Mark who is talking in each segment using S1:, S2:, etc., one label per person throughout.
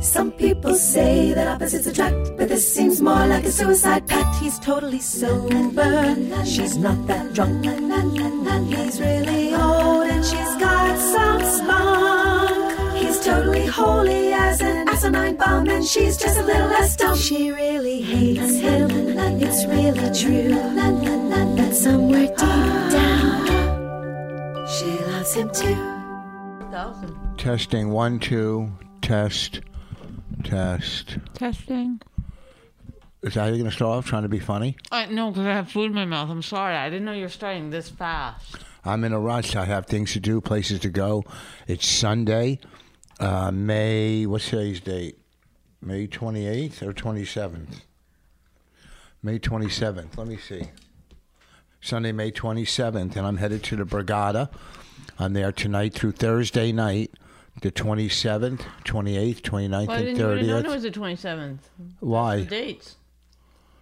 S1: Some people say that opposites attract, but this seems more like a suicide pact. He's totally sober, she's not that drunk. He's really old and she's got some spunk. He's totally holy as an asinine bomb, and she's just a little less dumb. She really hates him, it's really true. But somewhere deep
S2: Ah.
S1: down, she loves him too.
S3: Testing one, two, test, test.
S2: Testing.
S3: Is that going to start off trying to be funny?
S2: I no, because I have food in my mouth. I'm sorry. I didn't know you were starting this fast.
S3: I'm in a rush. I have things to do, places to go. It's Sunday, uh, May, what's today's date? May 28th or 27th? May 27th. Let me see. Sunday, May 27th, and I'm headed to the Brigada. I'm there tonight through Thursday night, the 27th, 28th, 29th,
S2: Why
S3: and
S2: didn't you
S3: 30th.
S2: know it was the 27th?
S3: Why?
S2: Dates.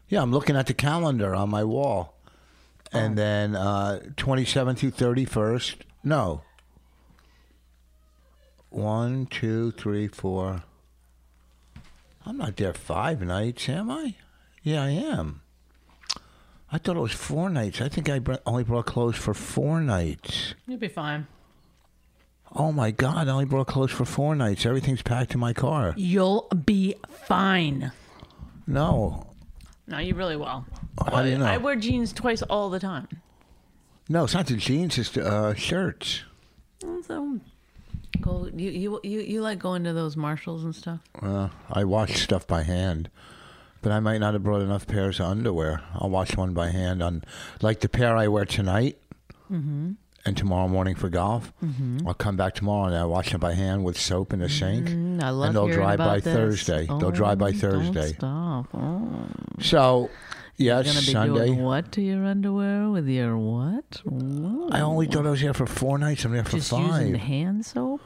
S3: Yeah, I'm looking at the calendar on my wall. And then uh, 27th through 31st. No. One, two, three, four. I'm not there five nights, am I? Yeah, I am. I thought it was four nights. I think I br- only brought clothes for four nights.
S2: You'll be fine.
S3: Oh my God, I only brought clothes for four nights. Everything's packed in my car.
S2: You'll be fine.
S3: No.
S2: No, you really will.
S3: Oh, How do you know?
S2: I wear jeans twice all the time.
S3: no, it's not the jeans, it's the uh, shirts.
S2: So, go. You you you you like going to those Marshalls and stuff?
S3: Uh, I wash stuff by hand, but I might not have brought enough pairs of underwear. I'll wash one by hand on, like the pair I wear tonight
S2: Mm-hmm.
S3: and tomorrow morning for golf. I'll come back tomorrow and I'll wash them by hand with soap in the sink.
S2: Mm, I love
S3: and they'll
S2: hearing
S3: dry
S2: about
S3: by
S2: this.
S3: Thursday. they'll
S2: Oh,
S3: dry by
S2: don't
S3: Thursday.
S2: stop. Oh.
S3: So, yes,
S2: Gonna be
S3: Sunday.
S2: doing what to your underwear with your what? Ooh.
S3: I only thought I was there for four nights. I'm there for
S2: Just using
S3: five.
S2: hand Mm. soap.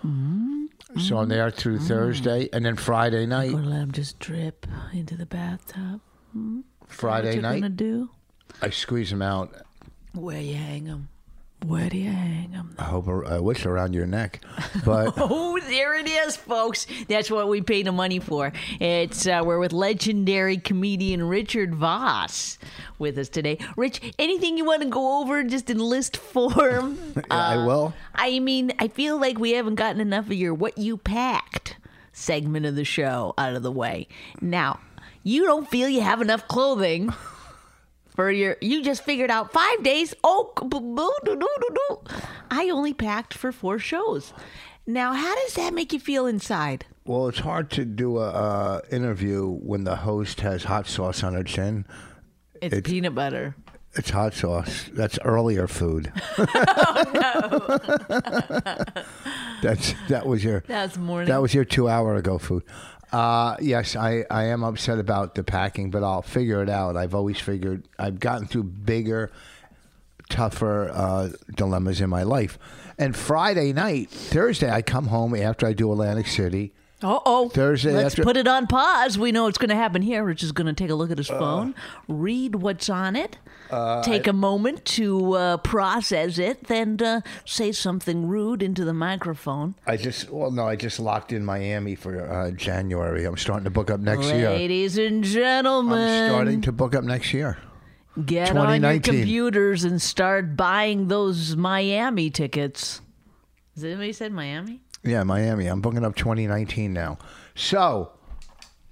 S3: So I'm there through Thursday and then Friday night.
S2: Or let them just drip into the bathtub. what
S3: Friday
S2: you gonna
S3: night,
S2: do?
S3: I squeeze them out.
S2: Where you hang them? Where do you hang them?
S3: I hope I wish around your neck, but.
S2: Oh, there it is, folks. That's what we pay the money for. It's uh, we're with legendary comedian Richard Voss with us today. Rich, anything you want to go over just in list form?
S3: Yeah, I
S2: Uh,
S3: will.
S2: I mean, I feel like we haven't gotten enough of your what you packed segment of the show out of the way. Now, you don't feel you have enough clothing for your you just figured out 5 days. Oh, boo, boo, doo, doo, doo, doo. I only packed for 4 shows. Now, how does that make you feel inside?
S3: Well, it's hard to do a uh, interview when the host has hot sauce on her chin.
S2: It's, peanut butter.
S3: It's hot sauce. That's earlier food.
S2: Oh,
S3: That's that was your
S2: That's morning.
S3: that was your two hour ago food. Uh, yes, I, I am upset about the packing, but I'll figure it out. I've always figured I've gotten through bigger, tougher uh, dilemmas in my life. And Friday night, Thursday, I come home after I do Atlantic City.
S2: Uh-oh.
S3: Thursday
S2: Let's
S3: after-
S2: put it on pause. We know it's going to happen here. Rich is going to take a look at his phone, read what's on it,
S3: Uh,
S2: take a moment to uh, process it, then uh, say something rude into the microphone.
S3: I just well no, I just locked in Miami for uh, January. I'm starting to book up next year.
S2: Ladies and gentlemen,
S3: uh, I'm starting to book up next year.
S2: get on your
S3: 2019.
S2: computers and start buying those Miami tickets. Has anybody said Miami?
S3: Yeah, Miami. I'm booking up 2019 now. So,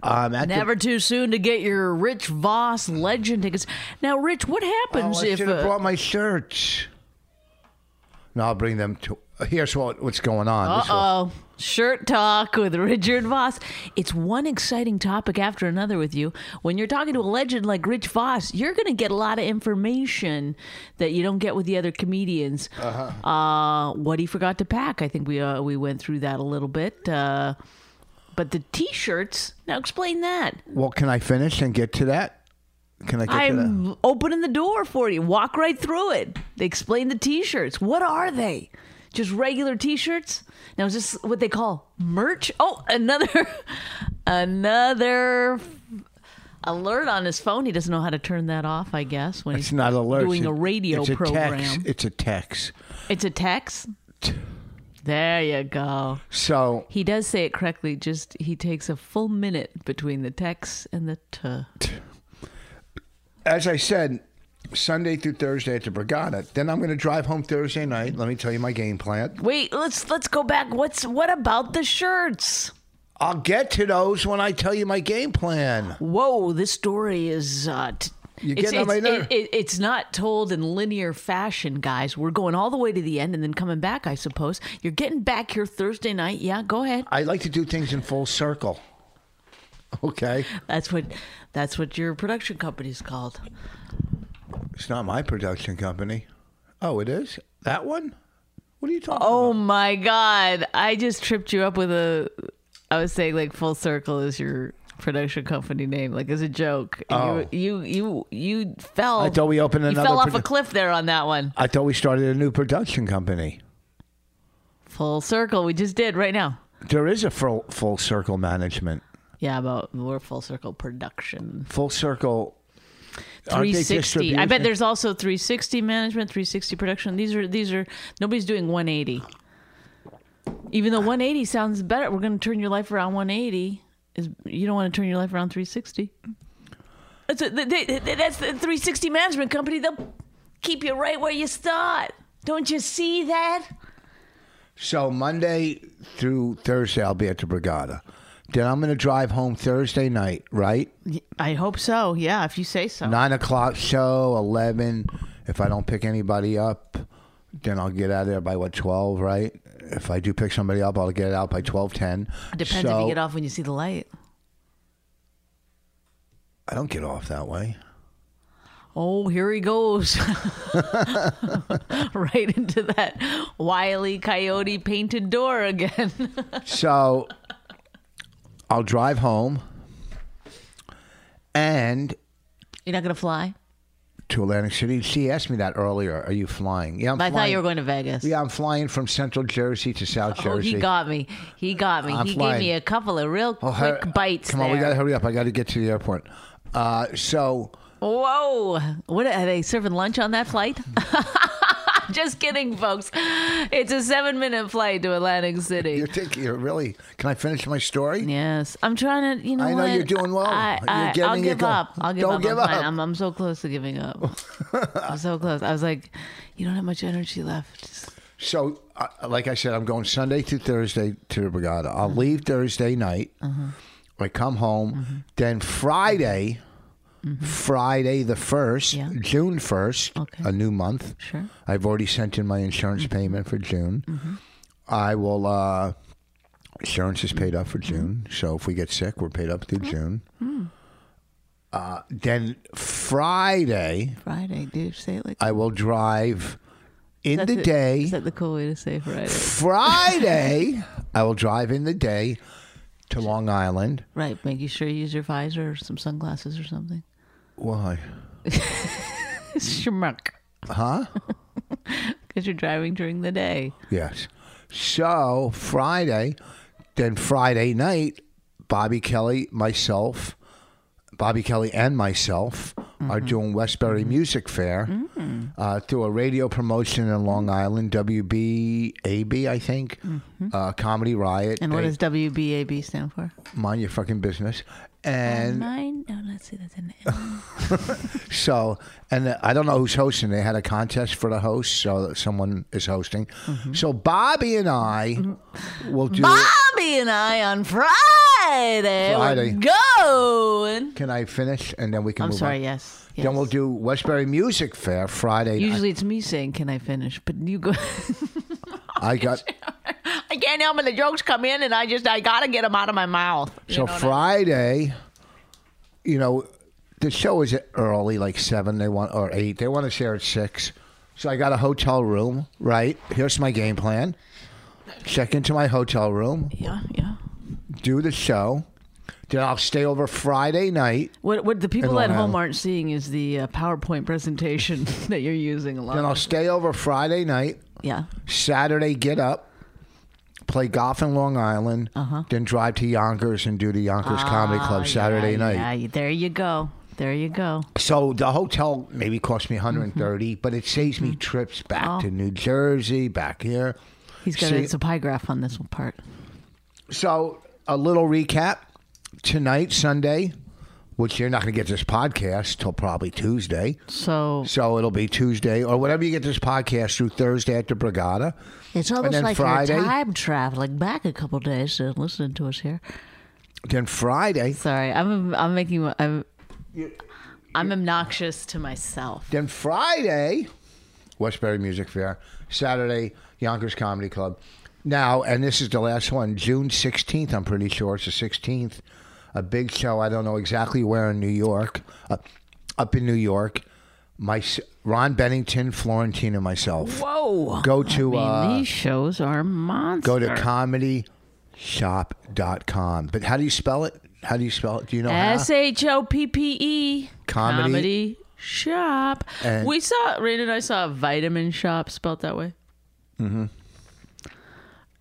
S3: um, at the-
S2: Never too soon to get your Rich Voss legend tickets. Now, Rich, what
S3: oh,
S2: happens
S3: I
S2: if
S3: should have
S2: uh,
S3: brought my shirts. No, I'll bring them to. Here's what what's going on. This will-
S2: Oh, shirt talk with Richard Voss. It's one exciting topic after another with you. When you're talking to a legend like Rich Voss, you're going to get a lot of information that you don't get with the other comedians. Uh-huh. Uh, what he forgot to pack. I think we uh, we went through that a little bit. Uh, but the t-shirts. Now explain that.
S3: Well, can I finish and get to that? Can I get to that?
S2: I'm opening the door for you. Walk right through it. They explain the t-shirts. What are they? Just regular t-shirts? Now is this what they call merch? Oh, another another alert on his phone. He doesn't know how to turn that off, I guess, when
S3: It's
S2: he's
S3: not alert.
S2: doing a radio
S3: it's a
S2: program.
S3: Text. It's a text.
S2: It's a text. There you go.
S3: So
S2: He does say it correctly, just he takes a full minute between the text and the t.
S3: as I said, Sunday through Thursday at the Brigada. Then I'm going to drive home Thursday night. Let me tell you my game plan.
S2: Wait, let's let's go back. What's what about the shirts?
S3: I'll get to those when I tell you my game plan.
S2: Whoa, this story is. Uh, t-
S3: You
S2: it's,
S3: getting on
S2: it's,
S3: my nerve.
S2: it, it, it's not told in linear fashion, guys. We're going all the way to the end and then coming back, I suppose. You're getting back here Thursday night. Yeah, go ahead.
S3: I like to do things in full circle. Okay,
S2: That's what that's what your production company's called.
S3: it's not my production company. Oh, it is that one. What are you talking?
S2: Oh
S3: about?
S2: my god. I just tripped you up with a I was saying like full circle is your production company name, like as a joke.
S3: Oh.
S2: You you you you fell
S3: I thought we opened
S2: you
S3: another
S2: fell off
S3: produ-
S2: a cliff there on that one.
S3: I thought we started a new production company.
S2: Full circle, we just did right now.
S3: There is a full full circle management.
S2: Yeah, about more full circle production.
S3: Full circle. aren't they
S2: 360. I bet
S3: distribution?
S2: there's also 360 management, 360 production. These are these are nobody's doing 180. Even though 180 sounds better, we're going to turn your life around 180. Is you don't want to turn your life around 360. That's a, they, they, that's the 360 management company. They'll keep you right where you start. Don't you see that?
S3: So Monday through Thursday, I'll be at the Brigada. Then I'm going to drive home Thursday night, right?
S2: I hope so. Yeah, if you say so.
S3: Nine o'clock show, 11. If I don't pick anybody up, then I'll get out of there by what, 12, right? If I do pick somebody up, I'll get out by 12.10.
S2: Depends if you get off when you see the light.
S3: I don't get off that way.
S2: Oh, here he goes. right into that wily coyote painted door again.
S3: So I'll drive home and
S2: You're not going to fly?
S3: to Atlantic City. She asked me that earlier. Are you flying? Yeah, I'm
S2: I
S3: flying.
S2: thought you were going to Vegas.
S3: Yeah, I'm flying from Central Jersey to South
S2: Oh,
S3: Jersey.
S2: he got me. He got me.
S3: I'm
S2: he
S3: flying.
S2: gave me a couple of real
S3: Oh, hur-
S2: quick bites.
S3: Come
S2: there.
S3: on, we gotta hurry up. I gotta get to the airport. Uh, so
S2: Whoa. What are they serving lunch on that flight? Just kidding, folks. It's a seven minute flight to Atlantic City.
S3: you're thinking you're really? Can I finish my story?
S2: Yes, I'm trying to. You know,
S3: I know
S2: what?
S3: you're doing well.
S2: I,
S3: You're
S2: I,
S3: getting
S2: will
S3: it
S2: give
S3: going.
S2: up. I'll give
S3: Don't
S2: up.
S3: give
S2: I'm, fine.
S3: up.
S2: I'm, I'm so close to giving up. I'm so close. I was like, you don't have much energy left. Just-
S3: So, uh, like I said, I'm going Sunday through Thursday to the Brigada. I'll
S2: Mm-hmm.
S3: leave Thursday night. I come home. Then Friday, Friday the 1st,
S2: Mm-hmm. Yeah.
S3: June 1st,
S2: Okay.
S3: a new month.
S2: Sure.
S3: I've already sent in my insurance
S2: Mm-hmm.
S3: payment for June. I will, uh, insurance is paid up for
S2: Mm-hmm.
S3: June. So if we get sick, we're paid up through June.
S2: Mm.
S3: Uh, then Friday,
S2: Friday, dude. Say it like
S3: I will drive in
S2: That's
S3: the
S2: it.
S3: day.
S2: Is that the cool way to say Friday?
S3: Friday, I will drive in the day to Long Island.
S2: right. Making sure you use your visor or some sunglasses or something.
S3: Why?
S2: Schmuck.
S3: Huh?
S2: Because you're driving during the day.
S3: yes. So Friday, then Friday night, Bobby Kelly, myself, Bobby Kelly and myself
S2: Mm-hmm.
S3: are doing Westbury Music Fair
S2: Mm.
S3: uh, through a radio promotion in Long Island, WBAB, I think, uh, Comedy Riot.
S2: Mm-hmm. And what
S3: They-
S2: does WBAB stand for?
S3: mind your fucking business? And
S2: Mine. No, let's see. That's an
S3: So, and uh, I don't know who's hosting. They had a contest for the host, so someone is hosting. So Bobby and I will do.
S2: Mm-hmm. Bobby and I on Friday.
S3: Friday.
S2: We're going.
S3: Can I finish, and then we can?
S2: I'm
S3: move
S2: sorry.
S3: on?
S2: Yes. yes.
S3: Then we'll do Westbury Music Fair Friday. night.
S2: Usually it's me saying, "Can I finish?" But you go.
S3: I got
S2: I can't help it. The jokes come in, and I just I gotta get them out of my mouth. You
S3: so
S2: know what I-
S3: Friday. You know, the show is early, like seven. They want or eight. They want to share at six. So I got a hotel room. Right here's my game plan. Check into my hotel room.
S2: yeah, yeah.
S3: do the show. Then I'll stay over Friday night.
S2: What what the people
S3: Long
S2: at home
S3: Island.
S2: aren't seeing is the uh, PowerPoint presentation that you're using a lot.
S3: Then I'll stay over Friday night.
S2: yeah.
S3: Saturday, get up, play golf in Long Island, then drive to Yonkers and do the Yonkers Comedy Club Saturday
S2: Uh-huh. Ah, yeah,
S3: night.
S2: Yeah, there you go. There you go.
S3: So the hotel maybe cost me
S2: Mm-hmm.
S3: 130, but it saves me trips back to New Jersey, back here.
S2: Oh. He's got
S3: See-
S2: it's a pie graph on this one part.
S3: So a little recap tonight, Sunday, which you're not going to get this podcast till probably Tuesday.
S2: So
S3: So it'll be Tuesday or whatever you get this podcast through Thursday at the Brigada.
S2: it's
S3: almost then like you're Friday- time
S2: traveling back a couple days and listening to us here.
S3: Then Friday,
S2: Sorry, I'm I'm making I'm I'm obnoxious to myself.
S3: Then Friday, Westbury Music Fair. Saturday, Yonkers Comedy Club. Now, and this is the last one, June 16th, I'm pretty sure. It's the 16th. A big show. I don't know exactly where in New York. Uh, up in New York. My s- Ron Bennington, Florentine, and myself.
S2: Whoa!
S3: Go to
S2: I mean,
S3: uh,
S2: these shows are monsters.
S3: go to comedyshop.com. But how do you spell it? How do you spell it? Do you know how?
S2: S H O P P E
S3: uh, Comedy.
S2: comedy shop.
S3: And-
S2: we saw Rain and I saw a vitamin shop spelled that way. Mm-hmm.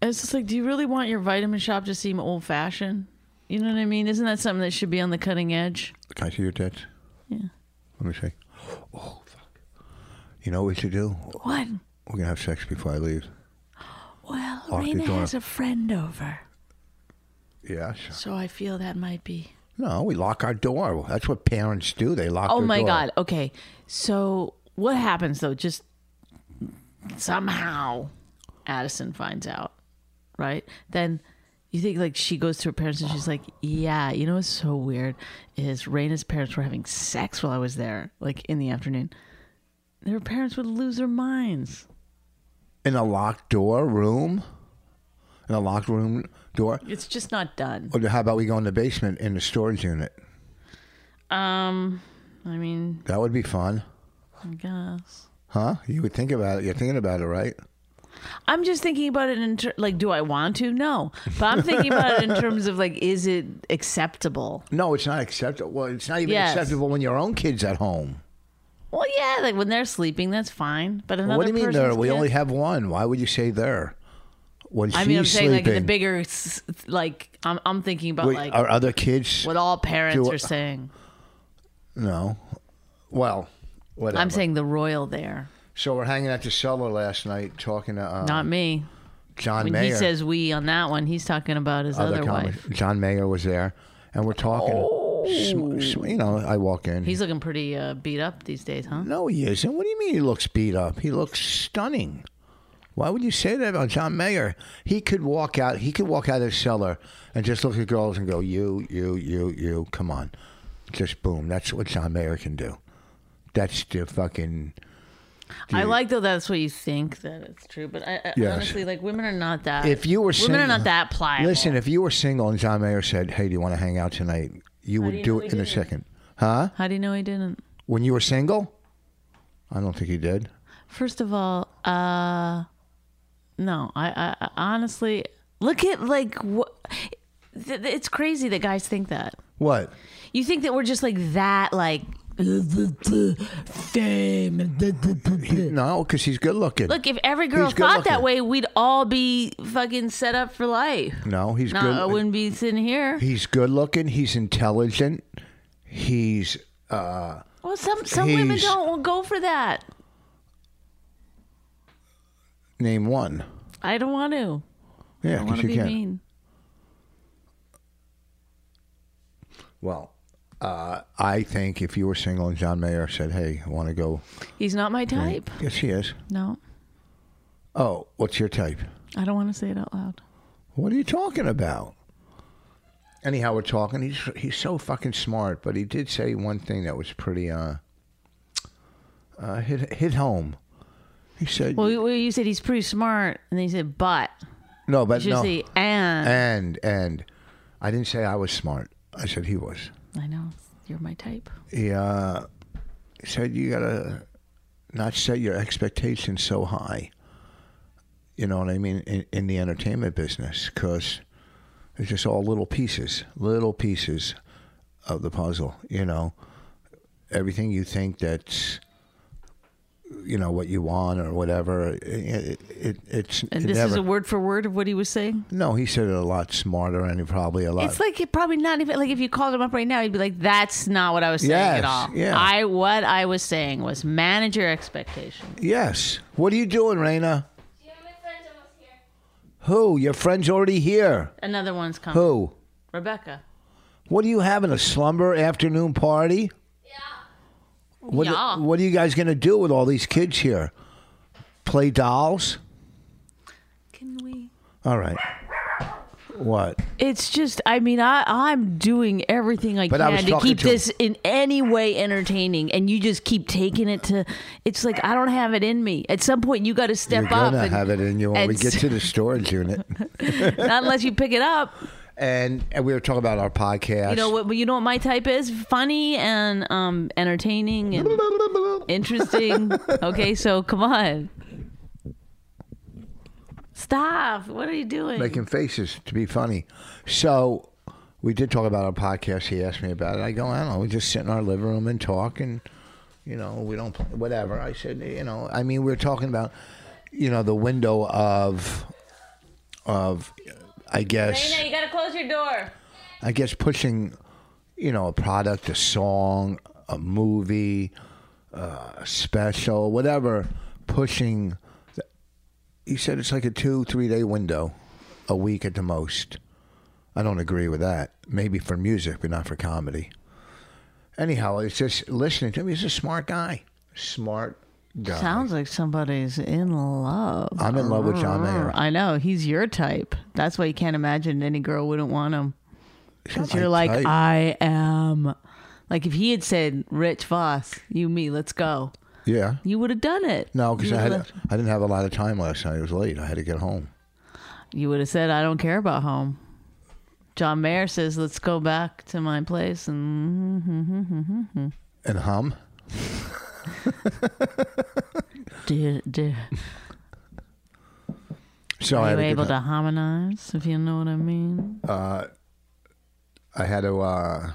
S2: It's just like, do you really want your vitamin shop to seem old fashioned? You know what I mean? Isn't that something that should be on the cutting edge?
S3: Can I see your tits? Yeah. Let me see. Oh, fuck. You know what we should do?
S2: What?
S3: We're gonna have sex before I leave.
S2: Well,
S3: Oh,
S2: Raina
S3: you're doing
S2: has
S3: it.
S2: a friend over,
S3: Yeah. sure.
S2: so I feel that might be.
S3: No, we lock our door. That's what parents do. They lock.
S2: Oh
S3: their
S2: my
S3: door.
S2: god. Okay. So what happens though? Just somehow Addison finds out, right? Then you think like she goes to her parents and she's like, "Yeah, you know what's so weird is Raina's parents were having sex while I was there, like in the afternoon. Their parents would lose their minds.
S3: In a locked door room. In a locked room door.
S2: It's just not done.
S3: Or how about we go in the basement in the storage unit?
S2: Um, I mean,
S3: That would be fun,
S2: I guess."
S3: huh? You would think about it. You're thinking about it, right?
S2: I'm just thinking about it in ter- like, do I want to? No, but I'm thinking about it in terms of like, is it acceptable?
S3: No, it's not acceptable. Well, it's not even
S2: Yes.
S3: acceptable when your own kids at home.
S2: Well, yeah, like when they're sleeping, that's fine. But another
S3: what do you mean there?
S2: person's
S3: We
S2: kid-
S3: only have one. Why would you say there? When
S2: I
S3: she's
S2: mean, I'm saying like in the
S3: sleeping.
S2: bigger, s- like I'm, I'm thinking about
S3: Wait,
S2: like
S3: are other kids?
S2: what all parents
S3: do-
S2: are saying.
S3: No. Well, whatever.
S2: I'm saying the royal there,
S3: So we're hanging at the cellar last night talking to uh,
S2: not me.
S3: John
S2: When
S3: Mayer.
S2: he says we on that one, he's talking about his other,
S3: comic-
S2: wife.
S3: John Mayer was there, and we're talking. Sm- sm- you know, I walk in.
S2: Oh. He's looking pretty uh, beat up these days, huh?
S3: no, he isn't. What do you mean he looks beat up? He looks stunning. Why would you say that about John Mayer? He could walk out. He could walk out of his cellar and just look at girls and go, "You, you, you, you. Come on, just boom." That's what John Mayer can do. That's the fucking.
S2: I like though that's what you think that it's true, but I, I
S3: Yes.
S2: honestly like women are not that.
S3: If you were
S2: women
S3: single,
S2: are not that pliable.
S3: Listen, if you were single and John Mayer said, "Hey, do you want to hang out tonight?" You would
S2: you
S3: do
S2: know
S3: it
S2: he
S3: in a
S2: didn't?
S3: second, huh?
S2: how do you know I didn't?
S3: When you were single, I don't think he did.
S2: First of all, uh no, I, I, I honestly look at like what th- th- it's crazy that guys think that.
S3: What?
S2: You think that we're just like that, like fame.
S3: No, because he's good looking.
S2: Look, if every girl
S3: He's good
S2: thought that
S3: looking.
S2: way, we'd all be fucking set up for life.
S3: no, he's
S2: No,
S3: good.
S2: I wouldn't be sitting here.
S3: He's good looking. He's intelligent. He's uh,
S2: Well, some some women
S3: He's-
S2: don't go for that.
S3: name one.
S2: I don't want to.
S3: Yeah,
S2: I
S3: because
S2: want to
S3: you
S2: be
S3: can.
S2: mean.
S3: Well, uh, I think if you were single and John Mayer said, "Hey, I want to go,"
S2: He's not my type.
S3: yes, he is.
S2: No,
S3: Oh, what's your type?
S2: I don't want to say it out loud.
S3: What are you talking about? Anyhow, we're talking. He's he's so fucking smart, but he did say one thing that was pretty uh, uh hit hit home. He said,
S2: Well, you- well, you said he's pretty smart, and then you said, but
S3: "No,
S2: you
S3: but
S2: should
S3: no."
S2: say, and.
S3: and and I didn't say I was smart. I said he was.
S2: I know you're my type.
S3: He uh, said you gotta not set your expectations so high. You know what I mean in, in the entertainment business, because It's just all little pieces, little pieces of the puzzle. You know, everything you think that's you know what you want or whatever. It, it, it it's
S2: And
S3: it
S2: this
S3: never,
S2: is a word for word of what he was saying.
S3: no. He said it a lot smarter and he probably a lot.
S2: It's like it probably not even like if you called him up right now, he'd be like, "That's not what I was saying
S3: Yes,
S2: at all.
S3: yeah.
S2: I what I was saying was manage your expectations.
S3: yes. What are you doing, Raina?
S4: Yeah, my friend's almost here.
S3: Who? Your friend's already here.
S2: Another one's coming.
S3: Who?
S2: Rebecca.
S3: What are you having? A slumber afternoon party?
S4: Yeah.
S3: What,
S2: Yeah.
S3: what are you guys going to do with all these kids here? Play dolls?
S2: Can we?
S3: All right. What?
S2: It's just, I mean, I I'm doing everything I
S3: But I
S2: can
S3: was
S2: to
S3: talking
S2: keep
S3: to him.
S2: this in any way entertaining, and you just keep taking it to. It's like I don't have it in me. At some point, you got to step
S3: You're
S2: up.
S3: going to
S2: and-
S3: have it in you when
S2: and
S3: we get to the storage unit.
S2: not unless you pick it up.
S3: And, and we were talking about our podcast.
S2: You know what? You know what my type is? Funny and um, entertaining and interesting. okay, so come on. Stop! What are you doing?
S3: Making faces to be funny. So we did talk about our podcast. He asked me about it. I go, I don't know. We just sit in our living room and talk and, you know, we don't, pl- whatever. I said, you know, I mean, we we're talking about, you know, the window of, of, I guess.
S2: you gotta close your door.
S3: I guess pushing, you know, a product, a song, a movie, uh, a special, whatever, pushing. You said it's like a two, three day window, a week at the most. I don't agree with that. Maybe for music, but not for comedy. Anyhow, it's just listening to him. He's a smart guy. Smart guy.
S2: Sounds like somebody's in love.
S3: I'm in love with John Mayer.
S2: I know he's your type. That's why you can't imagine any girl wouldn't want him. Because
S3: my
S2: you're like,
S3: type.
S2: I am. Like if he had said, "Rich Voss, you, me, let's go,"
S3: yeah.
S2: you would have done it.
S3: No, because
S2: You
S3: I had
S2: would've-
S3: I didn't have a lot of time last night. It was late. I had to get home.
S2: You would have said, I don't care about home. John Mayer says, let's go back to my place. And
S3: And hum.
S2: do, do.
S3: So Oh, I
S2: Are
S3: had
S2: you
S3: a good
S2: able
S3: time.
S2: to harmonize, if you know what I mean?
S3: I had to. Uh,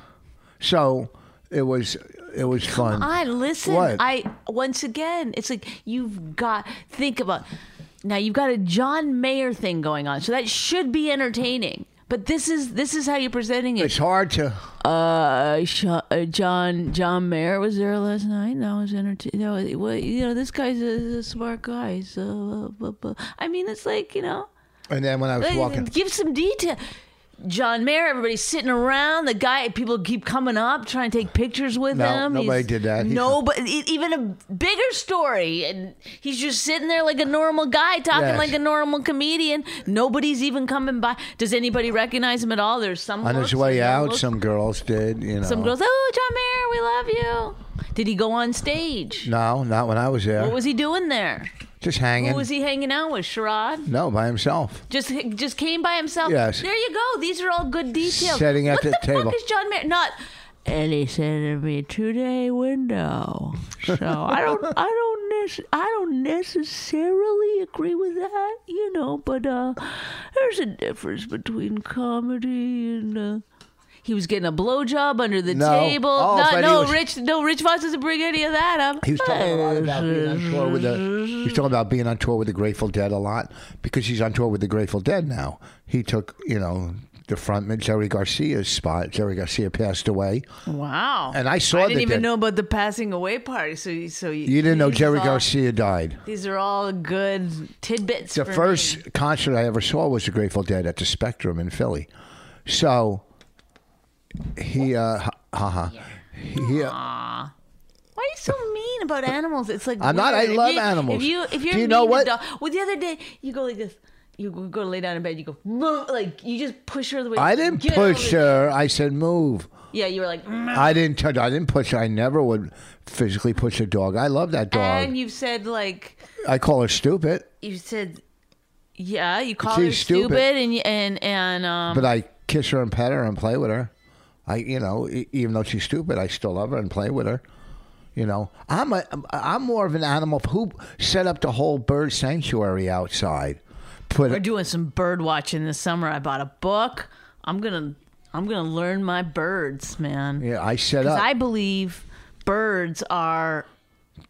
S3: so it was it was fun.
S2: I listen.
S3: What?
S2: I once again, it's like you've got think about now. You've got a John Mayer thing going on, so that should be entertaining. But this is this is how you're presenting it.
S3: it's hard to.
S2: uh, Sh- uh, John John Mayer was there last night. Now was entertaining. No, it wa- you know this guy's a, a smart guy. So, uh, blah, blah. I mean, it's like you know,
S3: And then when I was
S2: like,
S3: walking,
S2: give some detail. John Mayer, everybody's sitting around. The guy, people keep coming up trying to take pictures with
S3: No,
S2: him.
S3: nobody did that. He's-
S2: No, but e- even a bigger story, and he's just sitting there like a normal guy talking
S3: Yes.
S2: like a normal comedian. Nobody's even coming by. Does anybody recognize him at all? There's some
S3: on his
S2: looks,
S3: way
S2: there's no
S3: out,
S2: looks.
S3: some girls did. You know,
S2: Some girls, oh, John Mayer, we love you. Did he go on stage?
S3: No, not when I was there.
S2: What was he doing there?
S3: Just hanging.
S2: Who was he hanging out with? Sherrod?
S3: No, by himself.
S2: Just just came by himself.
S3: Yes.
S2: There you go. These are all good details.
S3: Sitting at
S2: what
S3: the table.
S2: fuck is John Mayer? Not. And he said it'd be a two day window. So I don't I don't nece- I don't necessarily agree with that, you know, but uh there's a difference between comedy and uh he was getting a blowjob under the
S3: No.
S2: table.
S3: Oh,
S2: no,
S3: but he
S2: no,
S3: was-
S2: Rich, no, Rich Voss doesn't bring any of that up.
S3: He was talking a lot about being on tour with the. He was talking about being on tour with the Grateful Dead a lot because he's on tour with the Grateful Dead now. He took you know the frontman Jerry Garcia's spot. Jerry Garcia passed away.
S2: Wow.
S3: And I saw
S2: I didn't
S3: that
S2: even
S3: they-
S2: know about the passing away party. So, you- so
S3: You didn't know
S2: these
S3: Jerry
S2: all-
S3: Garcia died.
S2: These are all good tidbits.
S3: the
S2: for
S3: first
S2: me.
S3: concert I ever saw was the Grateful Dead at the Spectrum in Philly. So he, uh, ha- haha, he. Uh,
S2: Why are you so mean about animals? It's like
S3: I'm not. I
S2: weird. If
S3: love
S2: you-
S3: animals.
S2: If you, if you're
S3: Do you know
S2: mean to
S3: what?
S2: dog- well, the other day you go like this. You go to lay down in bed. You go "Moo," like you just push her the way.
S3: I didn't
S2: Get over
S3: push
S2: the-
S3: her. I said move.
S2: Yeah, you were like. "Mm."
S3: I didn't touch. I didn't push. her. I never would physically push a dog. I love that dog.
S2: And you've said like
S3: I call her stupid,
S2: you said, yeah. You call
S3: She's
S2: her stupid,
S3: stupid.
S2: and you- and and um.
S3: but I kiss her and pet her and play with her. I, you know, e- even though she's stupid, I still love her and play with her. You know, I'm a, I'm more of an animal who set up the whole bird sanctuary outside. Put
S2: We're doing some bird watching this summer. I bought a book I'm gonna I'm gonna learn my birds, man.
S3: Yeah, I set up
S2: I believe birds are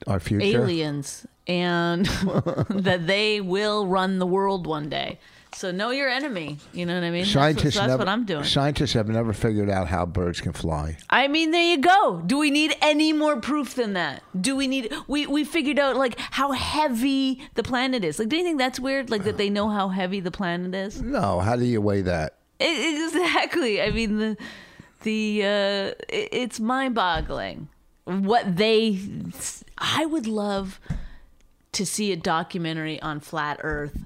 S3: our future.
S2: aliens and that they will run the world one day. So know your enemy. You know what I mean? That's what-
S3: Scientists
S2: so that's
S3: never,
S2: what I'm doing.
S3: Scientists have never figured out how birds can fly.
S2: I mean, there you go. Do we need any more proof than that? Do we need we we figured out like how heavy the planet is? Like, do you think that's weird? Like that they know how heavy the planet is?
S3: No, how do you weigh that?
S2: E- exactly. I mean the the uh, i- it's mind boggling what they. I would love to see a documentary on flat Earth,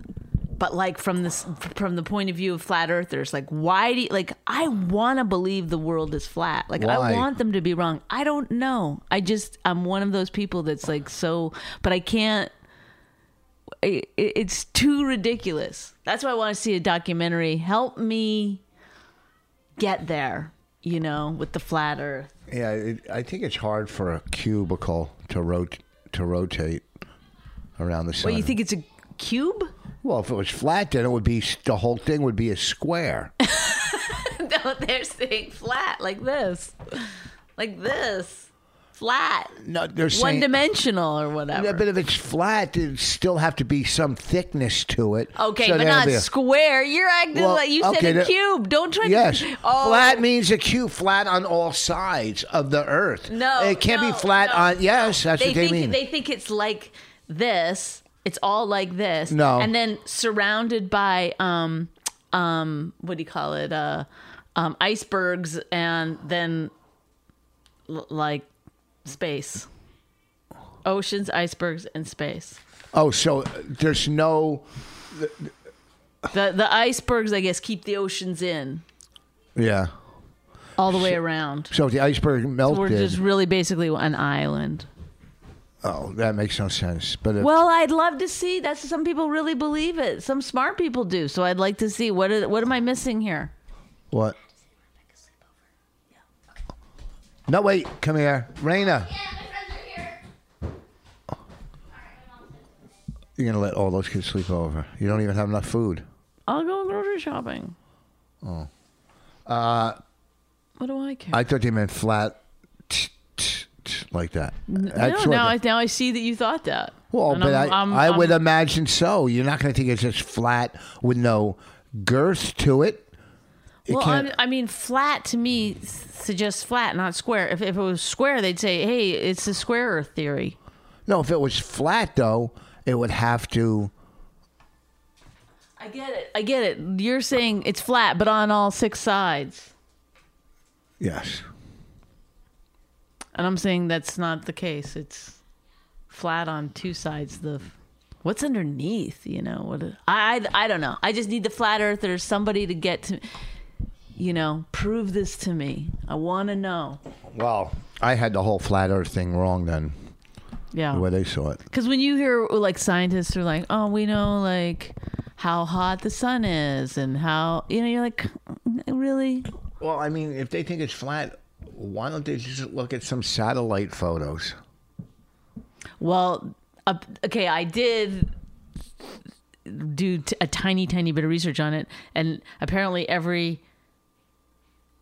S2: but like from this from the point of view of flat Earthers, like why do you, like I want to believe the world is flat. Like
S3: Why?
S2: I want them to be wrong. I don't know. I just I'm one of those people that's like so, but I can't i- i- it's too ridiculous. That's why I want to see a documentary. Help me get there, you know, with the flat earth.
S3: Yeah, it, I think it's hard for a cubicle to rot- to rotate around the sun.
S2: But you think it's a cube?
S3: Well, if it was flat, then it would be the whole thing would be a square.
S2: No, they're saying flat like this. Like this. Flat.
S3: No, they're saying.
S2: One dimensional or whatever.
S3: Yeah, but if it's flat, it still have to be some thickness to it.
S2: okay,
S3: So
S2: but
S3: that'll
S2: not
S3: be a-
S2: square. You're acting
S3: Well,
S2: like you said
S3: okay,
S2: a
S3: that-
S2: cube. Don't try
S3: Yes,
S2: to Oh,
S3: flat means a cube, flat on all sides of the Earth.
S2: No,
S3: it can't
S2: no,
S3: be flat
S2: no,
S3: on. Yes, that's
S2: they
S3: what they
S2: think
S3: mean.
S2: they think it's like this. It's all like this.
S3: No.
S2: and then surrounded by um, um, what do you call it? Uh, um, icebergs, and then l- like space, oceans, icebergs, and space.
S3: oh, so there's no.
S2: The the icebergs, I guess, keep the oceans in
S3: Yeah.
S2: all the way around.
S3: So if the iceberg
S2: We're
S3: melted.
S2: just really basically an island.
S3: oh, that makes no sense. But if,
S2: Well, I'd love to see. That's some people really believe it. Some smart people do. So I'd like to see what are, what am I missing here?
S3: what? No, wait. Come here, Raina.
S4: Yeah, my friends are here.
S3: You're gonna let all those kids sleep over. You don't even have enough food.
S2: I'll go grocery shopping. Oh. Uh, what do I care?
S3: I thought they meant flat, t- t- t- like that. That's what
S2: no, now
S3: the-
S2: I now I see that you thought that.
S3: Well,
S2: And
S3: but
S2: I'm-
S3: I,
S2: I'm-
S3: I would um,
S2: I'm-
S3: imagine so. You're not going to think it's just flat with no girth to it. It
S2: Well,
S3: can't-
S2: I'm, I mean, flat to me s- suggests flat, not square. If if it was square, they'd say, "Hey, it's the square Earth theory."
S3: no, if it was flat though, it would have to.
S2: I get it. I get it. You're saying it's flat, but on all six sides,
S3: Yes.
S2: and I'm saying that's not the case. It's flat on two sides. The what's underneath, you know? What I I, I don't know. I just need the flat earther, somebody to get to, you know, prove this to me. I want to know.
S3: Well, I had the whole flat Earth thing wrong then, the way
S2: Yeah,
S3: they saw it.
S2: because when you hear like scientists are like, oh, we know like how hot the sun is and how you know you're like really
S3: Well, I mean, if they think it's flat, why don't they just look at some satellite photos?
S2: Well, uh, okay, I did do t- a tiny, tiny bit of research on it, and apparently every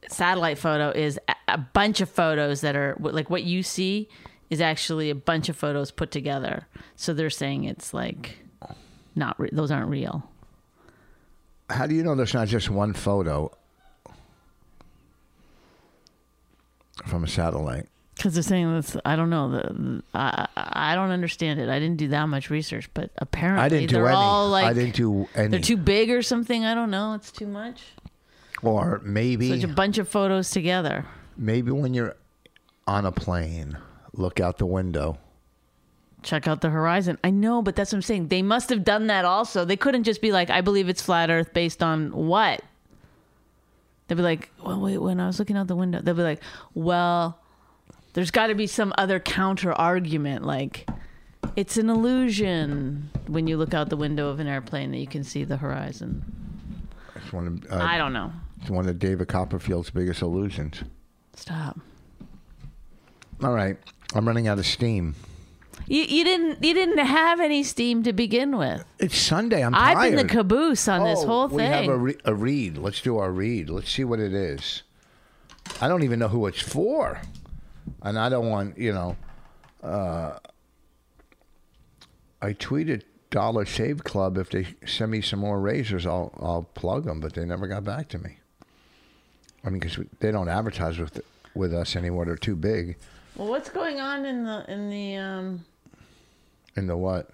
S2: satellite photo is a, a bunch of photos that are like what you see is actually a bunch of photos put together. So they're saying it's like not re- those aren't real.
S3: How do you know there's not just one photo from a satellite?
S2: Because they're saying that's I don't know the, I I I don't understand it. I didn't do that much research, but apparently
S3: I didn't do
S2: they're
S3: any.
S2: all like
S3: I didn't do any.
S2: they're too big or something. I don't know. It's too much.
S3: or
S2: There's
S3: maybe
S2: a bunch of photos together.
S3: Maybe when you're on a plane, look out the window.
S2: Check out the horizon. I know, but that's what I'm saying. They must have done that also. They couldn't just be like, I believe it's flat earth based on what? They'd be like, well, wait, when I was looking out the window, they'd be like, well, there's got to be some other counter argument. Like, it's an illusion when you look out the window of an airplane that you can see the horizon.
S3: It's one of, uh,
S2: I don't know.
S3: it's one of David Copperfield's biggest illusions.
S2: Stop.
S3: All right, I'm running out of steam.
S2: You, you didn't you didn't have any steam to begin with.
S3: It's Sunday. I'm
S2: I've
S3: tired.
S2: been the caboose on this
S3: Oh,
S2: whole
S3: We have
S2: thing.
S3: a, re- a read. Let's do our read. Let's see what it is. I don't even know who it's for, and I don't want you know. Uh, I tweeted Dollar Shave Club if they send me some more razors, I'll I'll plug them, but they never got back to me. I mean, because they don't advertise with with us anymore. They're too big.
S2: well, what's going on in the in the um
S3: In the what?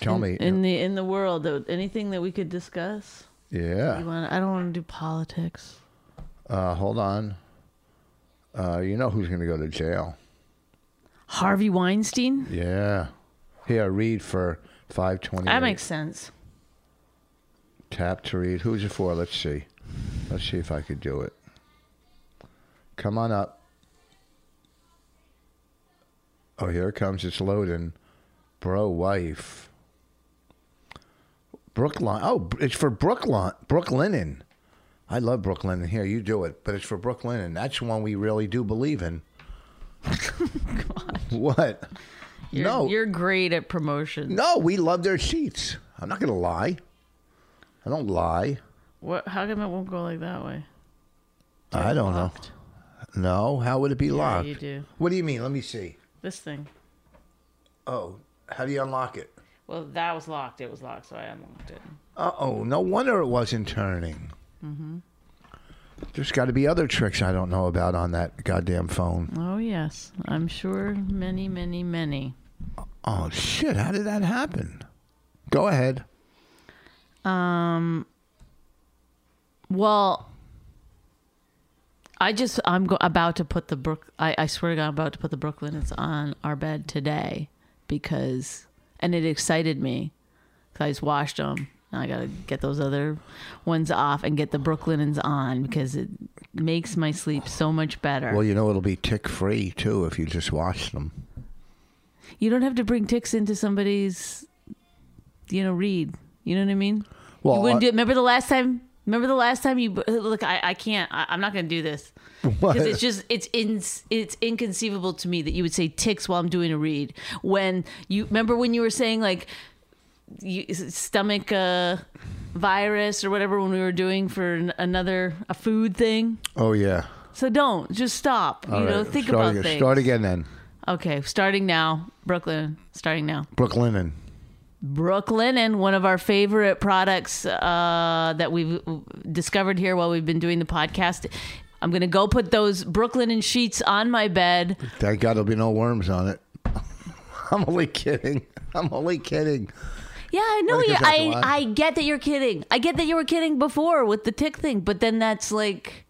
S3: Tell me.
S2: in the in the world? Anything that we could discuss?
S3: yeah.
S2: You want? I don't want to do politics.
S3: Uh, hold on. Uh, you know who's going to go to jail?
S2: Harvey Weinstein.
S3: Yeah. Here, read for five twenty.
S2: That makes sense.
S3: tap to read. Who's it for? Let's see. Let's see if I could do it. Come on up. Oh, here it comes. It's loading. Bro, wife. Brookline. Oh, it's for Brookline. Brooklinen. I love Brooklinen. Here, you do it. But it's for Brooklinen. That's one we really do believe in. What?
S2: You're,
S3: no,
S2: you're great at promotion.
S3: no, we love their sheets. I'm not going to lie. I don't lie.
S2: What? How come it won't go like that way?
S3: I don't
S2: locked?
S3: know. No, how would it be locked?
S2: you do.
S3: What do you mean? Let me see.
S2: This thing.
S3: Oh, how do you unlock it?
S2: Well, that was locked. It was locked, so I unlocked it.
S3: Uh oh, no wonder it wasn't turning.
S2: Mm-hmm.
S3: There's got to be other tricks I don't know about on that goddamn phone.
S2: Oh yes, I'm sure many, many, many.
S3: Oh shit, how did that happen? Go ahead.
S2: Um, Well, I just I'm go- about to put the Brook. I, I swear to God, I'm about to put the Brooklyn. It's on our bed today because, and it excited me. 'Cause I just washed them. Now I gotta get those other ones off and get the Brooklynans on because it makes my sleep so much better.
S3: Well, you know it'll be tick free too if you just watch them.
S2: you don't have to bring ticks into somebody's, you know, read. You know what I mean?
S3: Well,
S2: you wouldn't
S3: I-
S2: do. Remember the last time? Remember the last time you look? I, I can't. I, I'm not going to do this
S3: uh, What?
S2: because it's just it's in, it's inconceivable to me that you would say ticks while I'm doing a read. When you remember when you were saying like you, is it stomach uh, virus or whatever when we were doing for an, another a food thing.
S3: oh yeah.
S2: So don't just stop.
S3: All
S2: you know,
S3: right,
S2: think
S3: start
S2: about
S3: again.
S2: things.
S3: Start again then.
S2: Okay, starting now, Brooklyn. Starting now.
S3: Brooklinen.
S2: Brooklinen, one of our favorite products uh, that we've discovered here while we've been doing the podcast. I'm going to go put those Brooklinen sheets on my bed.
S3: Thank God there'll be no worms on it. I'm only kidding. I'm only kidding.
S2: Yeah, I know.
S3: Like,
S2: You,
S3: is that
S2: I,
S3: why?
S2: I get that you're kidding. I get that you were kidding before with the tick thing, but then that's like,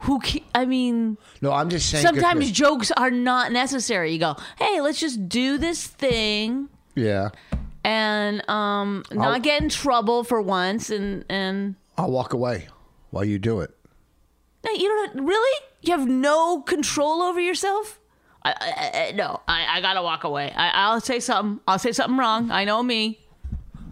S2: who? Ki- I mean,
S3: No, I'm just saying. 'cause
S2: sometimes
S3: you're-
S2: jokes are not necessary. You go, hey, let's just do this thing
S3: Yeah.
S2: and um, not
S3: I'll-
S2: get in trouble for once and and.
S3: I'll walk away while you do it.
S2: No, you don't really. You have no control over yourself. I, I, I no, I, I gotta walk away. I, I'll say something. I'll say something wrong. I know me.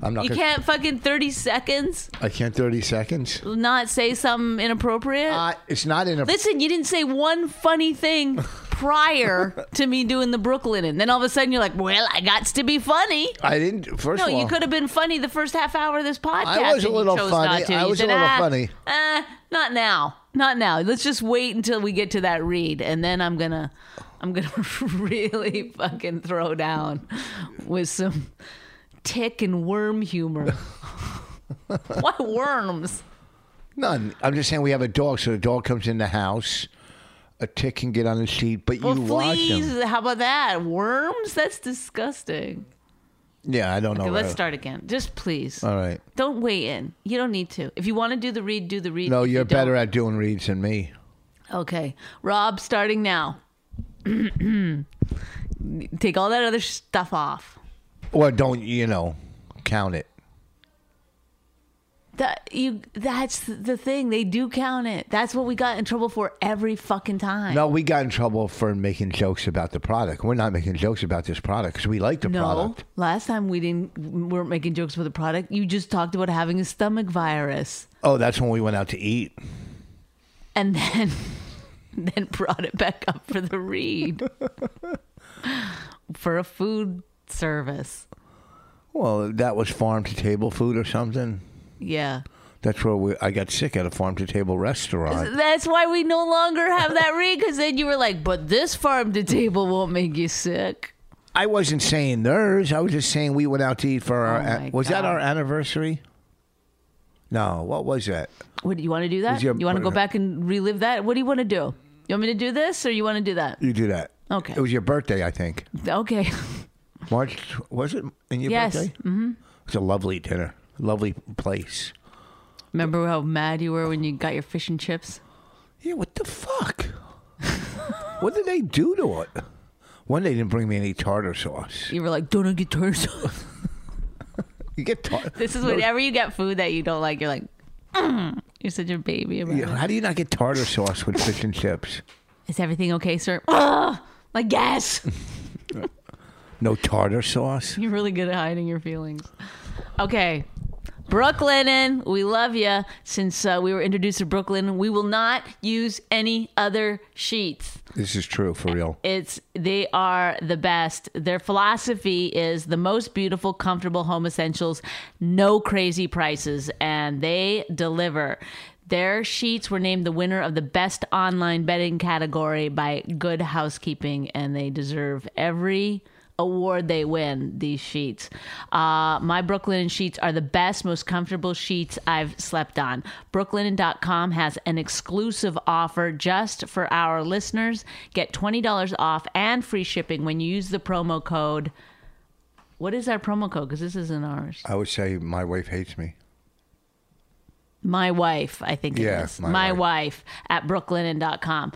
S3: I'm not.
S2: You
S3: gonna,
S2: can't fucking thirty seconds
S3: I can't. Thirty seconds.
S2: not say something inappropriate.
S3: Uh, it's not in a.
S2: Listen, you didn't say one funny thing prior to me doing the Brooklyn, and then all of a sudden you're like, "Well, I got to be funny."
S3: I didn't. First
S2: No,
S3: of all,
S2: you could have been funny the first half hour of this podcast.
S3: I was a
S2: and you
S3: little
S2: chose
S3: funny.
S2: Not to.
S3: I
S2: You
S3: was a
S2: said,
S3: little
S2: "Ah,
S3: funny."
S2: Uh, not now. Not now. Let's just wait until we get to that read, and then I'm gonna, I'm gonna really fucking throw down with some tick and worm humor. Why worms?
S3: None. I'm just saying we have a dog, so the dog comes in the house. A tick can get on the sheet, but
S2: Well,
S3: you watch them.
S2: fleas. How about that? Worms? That's disgusting.
S3: Yeah, I don't know.
S2: Okay, let's
S3: where-
S2: start again. Just please.
S3: All right.
S2: Don't weigh in. You don't need to. If you want to do the read, do the read.
S3: No,
S2: If you
S3: you're
S2: don't-
S3: better at doing reads than me.
S2: Okay. Rob, starting now. Take all that other stuff off.
S3: Or don't you know? Count it.
S2: That you that's the thing. They do count it. That's what we got in trouble for every fucking time.
S3: No, we got in trouble for making jokes about the product. We're not making jokes about this product because we like the
S2: No.
S3: product.
S2: Last time we didn't we weren't making jokes about the product. You just talked about having a stomach virus.
S3: Oh, that's when we went out to eat.
S2: And then then brought it back up for the read. for a food service.
S3: Well, that was farm to table food or something.
S2: Yeah.
S3: That's where we, I got sick at a farm to table restaurant.
S2: That's why we no longer have that read because then you were like, but this farm to table won't make you sick.
S3: I wasn't saying theirs. I was just saying we went out to eat for our.
S2: Oh my
S3: was that
S2: God.
S3: our anniversary? No. What was that?
S2: What do you want to do that?
S3: Was your- uh,
S2: you want to go back and relive that? What do you want to do? You want me to do this or you want to do that?
S3: You do that.
S2: Okay.
S3: It was your birthday, I think.
S2: Okay.
S3: March tw- was it? In your
S2: Yes.
S3: birthday? Mm-hmm. It was a lovely dinner, lovely place.
S2: Remember how mad you were when you got your fish and chips?
S3: Yeah. What the fuck? what did they do to it? One day they didn't bring me any tartar sauce.
S2: You were like, don't get turned sauce.
S3: You get tartar.
S2: This is whenever you get food that you don't like, you're like, "Mm." you're such a baby. About
S3: Yeah,
S2: it.
S3: how do you not get tartar sauce with fish and chips?
S2: Is everything okay, sir? Ugh! Like, yes.
S3: No tartar sauce.
S2: You're really good at hiding your feelings. Okay. Brooke Lennon, we love you. Since uh, we were introduced to Brooke Lennon, we will not use any other sheets.
S3: This is true for real.
S2: It's they are the best. Their philosophy is the most beautiful, comfortable home essentials, no crazy prices, and they deliver. Their sheets were named the winner of the best online bedding category by Good Housekeeping, and they deserve every award they win these sheets uh, my brooklyn sheets are the best most comfortable sheets i've slept on brooklinen.com has an exclusive offer just for our listeners get $20 off and free shipping when you use the promo code what is our promo code because this isn't ours
S3: I would say my wife hates me.
S2: my wife, I think
S3: Yeah,
S2: it is.
S3: My
S2: My, wife. at brooklinen.com.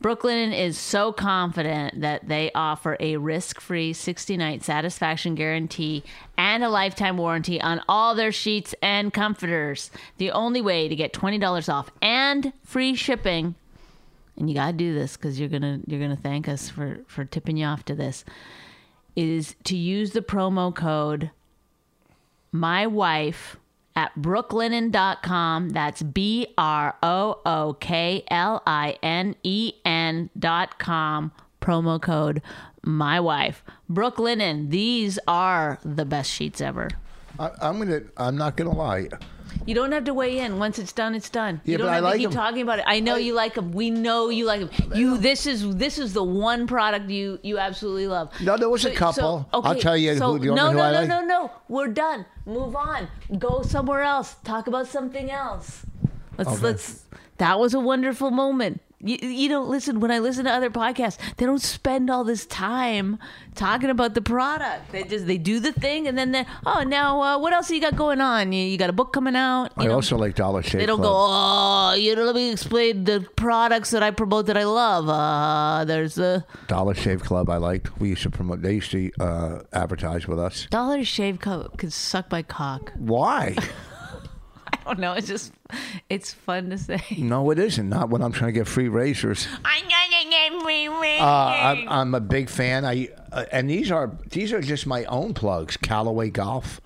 S2: Brooklinen is so confident that they offer a risk free 60 night satisfaction guarantee and a lifetime warranty on all their sheets and comforters. The only way to get $20 off and free shipping and you got to do this because you're gonna you're gonna thank us for for tipping you off to this is to use the promo code my wife at brooklinen.com that's b-r-o-o-k-l-i-n-e-n E dot com promo code my wife brooklinen these are the best sheets ever
S3: I, I'm gonna. I'm not gonna lie.
S2: you don't have to weigh in. Once it's done, it's done.
S3: Yeah,
S2: you don't
S3: but I
S2: have
S3: like
S2: to keep
S3: 'em.
S2: talking about it. I know you like them. We know you like them. You this is this is the one product you you absolutely love.
S3: No, there was a couple. I'll tell you who-
S2: so,
S3: you want
S2: no,
S3: me who
S2: no,
S3: I
S2: no,
S3: like?
S2: no, no. We're done. Move on. Go somewhere else. Talk about something else. Let's let's. That was a wonderful moment. You, you don't listen when I listen to other podcasts. They don't spend all this time talking about the product. They just they do the thing and then they oh now uh, what else you got going on? You, you got a book coming out. You
S3: I
S2: know?
S3: also like Dollar Shave
S2: They don't go,
S3: Club.
S2: oh, you know, let me explain the products that I promote that I love. Uh, there's a
S3: Dollar Shave Club. I liked. We used to promote. They used to uh, advertise with us.
S2: Dollar Shave Co. could suck my cock.
S3: Why?
S2: I don't know. It's just, it's fun to say.
S3: no, it isn't. Not when I'm trying to get free razors.
S2: I'm gonna get me
S3: Uh, I'm, I'm a big fan. I uh, and these are these are just my own plugs. Callaway Golf,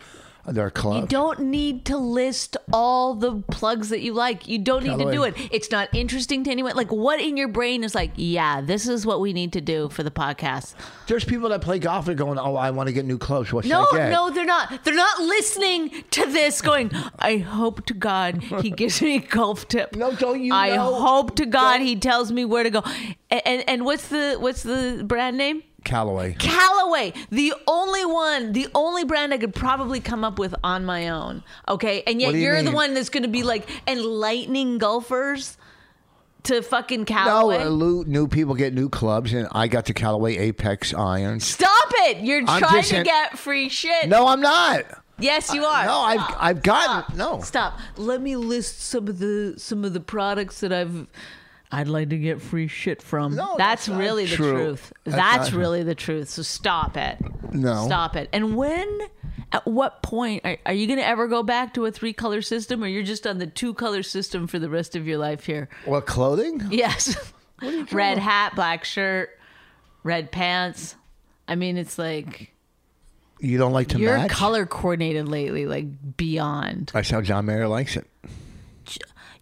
S3: their club.
S2: You don't need to list all the plugs that you like. You don't need to do
S3: Callaway.
S2: it. It's not interesting to anyone. Like, what in your brain is like, yeah, this is what we need to do for the podcast?
S3: There's people that play golf and going, oh, I want to get new clubs. What should
S2: No,
S3: I get?
S2: no, they're not. They're not listening to this. Going, I hope to God he gives me a golf tip.
S3: No, don't you
S2: I
S3: know-
S2: hope to God
S3: don't-
S2: he tells me where to go. And, and and what's the what's the brand name?
S3: Callaway.
S2: Callaway, the only one, the only brand I could probably come up with on my own. Okay, and
S3: What
S2: yet
S3: do you
S2: you're the
S3: mean?
S2: one that's going to be like enlightening golfers to fucking
S3: No,
S2: Callaway.
S3: uh, Lou, new people get new clubs, and I got the Callaway Apex irons.
S2: Stop it! You're
S3: I'm
S2: trying
S3: just
S2: to
S3: saying-
S2: get free shit.
S3: No, I'm not.
S2: Yes, you are.
S3: No, I've I've gotten no.
S2: Stop. Let me list some of the some of the products that I've I'd like to get free shit from.
S3: No,
S2: that's,
S3: that's not
S2: really the
S3: true.
S2: truth.
S3: That's
S2: That's,
S3: not-
S2: really the truth. So stop it.
S3: No.
S2: Stop it. And when at what point are, are you going to ever go back to a three color system or you're just on the two color system for the rest of your life here?
S3: What clothing?
S2: Yes. Red hat, black shirt, red pants. I mean, it's like
S3: You don't like to
S2: you're
S3: match?
S2: color coordinated lately, like beyond.
S3: That's how John Mayer likes it.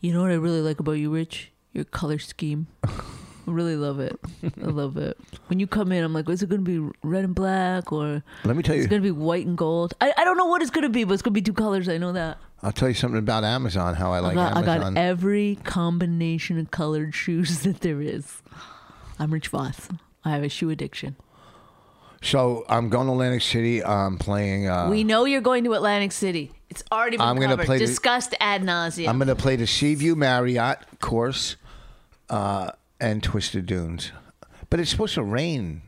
S2: You know what I really like about you, Rich? Your color scheme. really love it. I love it. When you come in, I'm like, is it going to be red and black or
S3: Let me tell
S2: it's
S3: you-
S2: going to be white and gold? I, I don't know what it's going to be, but it's going to be two colors. I know that.
S3: I'll tell you something about Amazon. How I like
S2: I, got, I
S3: Amazon.
S2: got every combination of colored shoes that there is. I'm Rich Voss. I have a shoe addiction.
S3: so I'm going to Atlantic City. I'm playing. Uh,
S2: we know you're going to Atlantic City. It's already been
S3: I'm gonna
S2: covered.
S3: play the-
S2: discussed ad nauseum.
S3: I'm going to play the Seaview Marriott course uh, and Twisted Dunes. But it's supposed to rain.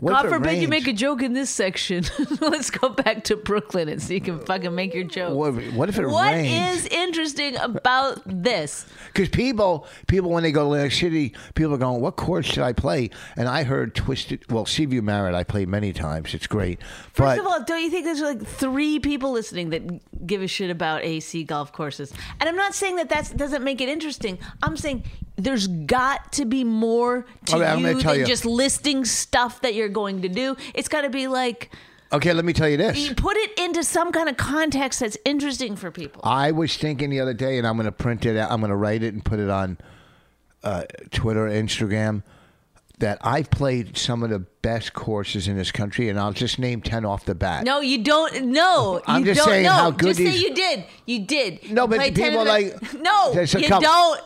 S3: What if
S2: God
S3: it
S2: forbid you
S3: rains?
S2: make a joke in this section. Let's go back to Brooklyn and see if you can fucking make your joke.
S3: What if- what if it
S2: What
S3: rains?
S2: is interesting about this?
S3: Because people, people when they go to Atlantic City, people are going, "What chord should I play?" And I heard Twisted. Well, Seaview Marriott, I played many times. It's great.
S2: First
S3: but
S2: of all, don't you think there's like three people listening that give a shit about AC golf courses? And I'm not saying that that doesn't make it interesting. I'm saying there's got to be more to
S3: Okay, I'm
S2: you
S3: gonna
S2: than
S3: tell you.
S2: just listing stuff that you're going to do. It's got to be like
S3: okay, let me tell you this.
S2: you put it into some kind of context that's interesting for people.
S3: I was thinking the other day, and I'm going to print it out. I'm going to write it and put it on uh, Twitter, Instagram. That I've played some of the best courses in this country, and I'll just name ten off the bat.
S2: No, you don't. No,
S3: I'm
S2: you
S3: just
S2: don't
S3: saying
S2: know.
S3: how good
S2: Just say
S3: these-
S2: you did. You did.
S3: No,
S2: You
S3: but
S2: played ten
S3: people
S2: of the-
S3: like-
S2: no,
S3: There's a
S2: you
S3: couple-
S2: don't.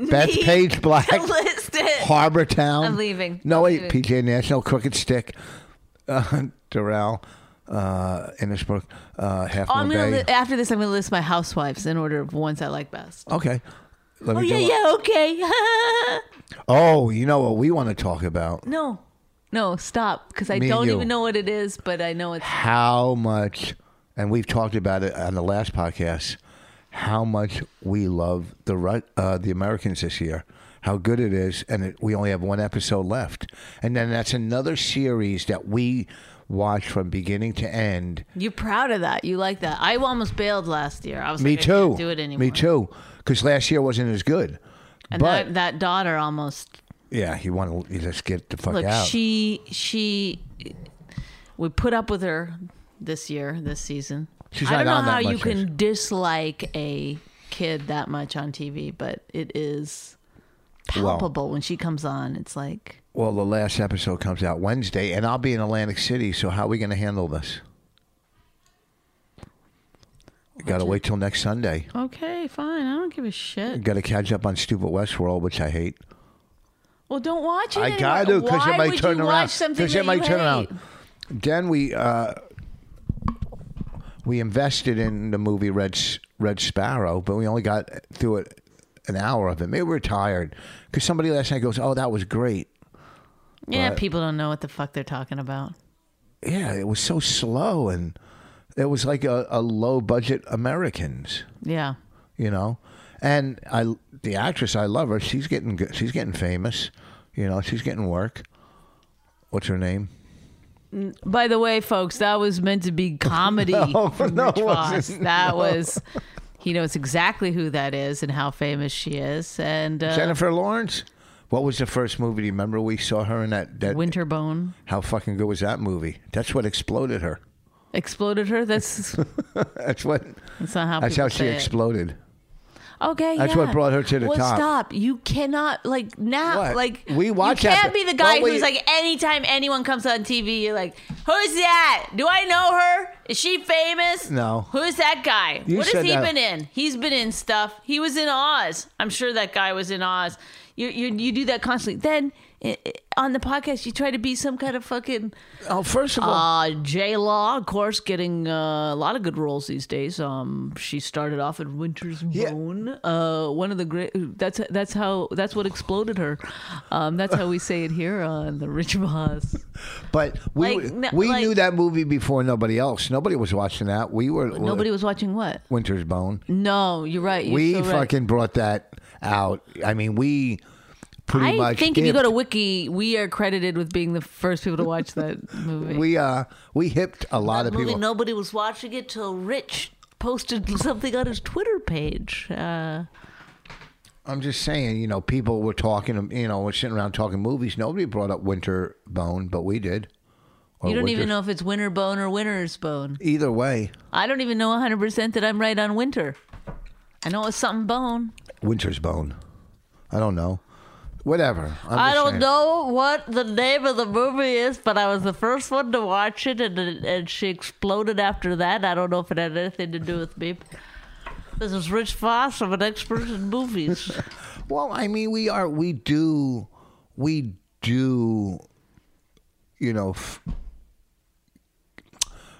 S3: Beth
S2: need
S3: Page Black,
S2: to list it.
S3: Harbor Town.
S2: I'm leaving.
S3: No,
S2: I'm
S3: wait,
S2: leaving.
S3: PJ National, Crooked Stick, uh, Doral, uh, Innisbrook, uh, Half
S2: Oh,
S3: Moon
S2: I'm gonna
S3: Bay.
S2: li- after this, I'm gonna list my housewives in order of ones I like best.
S3: okay. Let
S2: Oh
S3: me
S2: yeah,
S3: do it.
S2: yeah, okay.
S3: Oh, you know what we want to talk about?
S2: no, no, stop, because I
S3: Me and
S2: don't
S3: you.
S2: even know what it is, but I know it's.
S3: How much, and we've talked about it on the last podcast, how much we love the Ru- uh, the Americans this year. How good it is, and it, we only have one episode left, and then that's another series that we watch from beginning to end.
S2: You're proud of that. You like that. I almost bailed last year. I was
S3: Me
S2: like, I
S3: too.
S2: can't do it anymore.
S3: Me too. Because last year wasn't as good.
S2: And
S3: but
S2: that, that daughter almost
S3: yeah, you want to just get the fuck
S2: Look,
S3: out.
S2: she she we put up with her this year, this season.
S3: She's
S2: I don't
S3: not
S2: know
S3: on that
S2: how you
S3: much, is she?
S2: can dislike a kid that much on TV, but it is palpable when she comes on. It's like
S3: well, the last episode comes out Wednesday, and I'll be in Atlantic City. So how are we going to handle this? Got to wait till next Sunday.
S2: okay, fine, I don't give a shit.
S3: Got to catch up on Stupid Westworld, which I hate.
S2: Well, don't watch it.
S3: I
S2: anymore.
S3: got to because
S2: Why
S3: it might
S2: would
S3: turn
S2: you
S3: around.
S2: Watch something
S3: it
S2: that
S3: might
S2: you
S3: turn
S2: hate?
S3: around. Then we uh, we invested in the movie Red S- Red Sparrow, but we only got through it an hour of it. Maybe we're tired because somebody last night goes, "Oh, that was great."
S2: Yeah,
S3: Right.
S2: people don't know what the fuck they're talking about.
S3: Yeah, it was so slow and it was like a, a low budget Americans,
S2: Yeah.
S3: you know. And I the actress, I love her. She's getting good. She's getting famous. You know, she's getting work. What's her name?
S2: By the way, folks, that was meant to be comedy from
S3: no,
S2: Rich
S3: it wasn't.
S2: Voss. That was he knows exactly who that is and how famous she is. And uh,
S3: Jennifer Lawrence. What was the first movie? Do you remember we saw her in that? that
S2: Winterbone
S3: How fucking good was that movie? That's what exploded her.
S2: exploded her. That's
S3: That's what.
S2: that's not how.
S3: That's
S2: people
S3: how she
S2: say it.
S3: exploded.
S2: Okay,
S3: That's
S2: yeah.
S3: what brought her to the
S2: well,
S3: top.
S2: Stop! You cannot like now.
S3: What?
S2: Like
S3: We watch
S2: You
S3: that,
S2: can't
S3: but-
S2: be the guy
S3: don't we-
S2: who's like anytime anyone comes on TV, you're like, "Who's that? Do I know her? Is she famous?
S3: No.
S2: Who's that guy?
S3: You
S2: what has
S3: said
S2: he
S3: that-
S2: been in? He's been in stuff. He was in Oz. I'm sure that guy was in Oz. You you you do that constantly. Then i i- on the podcast, you try to be some kind of fucking.
S3: Oh, first of all,
S2: Uh, J Law, of course, getting uh, a lot of good roles these days. Um, she started off in Winter's
S3: Yeah.
S2: Bone. Uh, one of the great. That's that's how that's what exploded her. Um, that's how we say it here on the Rich Boss.
S3: but we
S2: like, no,
S3: we
S2: like-
S3: knew that movie before nobody else. Nobody was watching that. We were
S2: Nobody was watching what?
S3: Winter's Bone.
S2: No, you're right. You're
S3: we
S2: so right.
S3: fucking brought that out. I mean, we pretty
S2: I
S3: much.
S2: think if you go
S3: dipped-
S2: to Wiki, we are credited with being the first people to watch that movie.
S3: we uh we hipped a lot of
S2: movie,
S3: people.
S2: nobody was watching it till Rich posted something on his Twitter page. Uh,
S3: I'm just saying, you know, people were talking, you know, we're sitting around talking movies. Nobody brought up Winter Bone, but we did. Or
S2: you don't even
S3: Oh, Winter-
S2: know if it's winter bone or winter's bone.
S3: Either way,
S2: I don't even know 100% that I'm right on winter. I know it's something bone.
S3: Winter's Bone. I don't know. Whatever. I'm
S2: I
S3: just
S2: don't
S3: saying.
S2: know what the name of the movie is, but I was the first one to watch it, and and she exploded after that. I don't know if it had anything to do with me. This is Rich Foss. I'm an expert in movies.
S3: Well, I mean, we are. We do. We do. You know, f-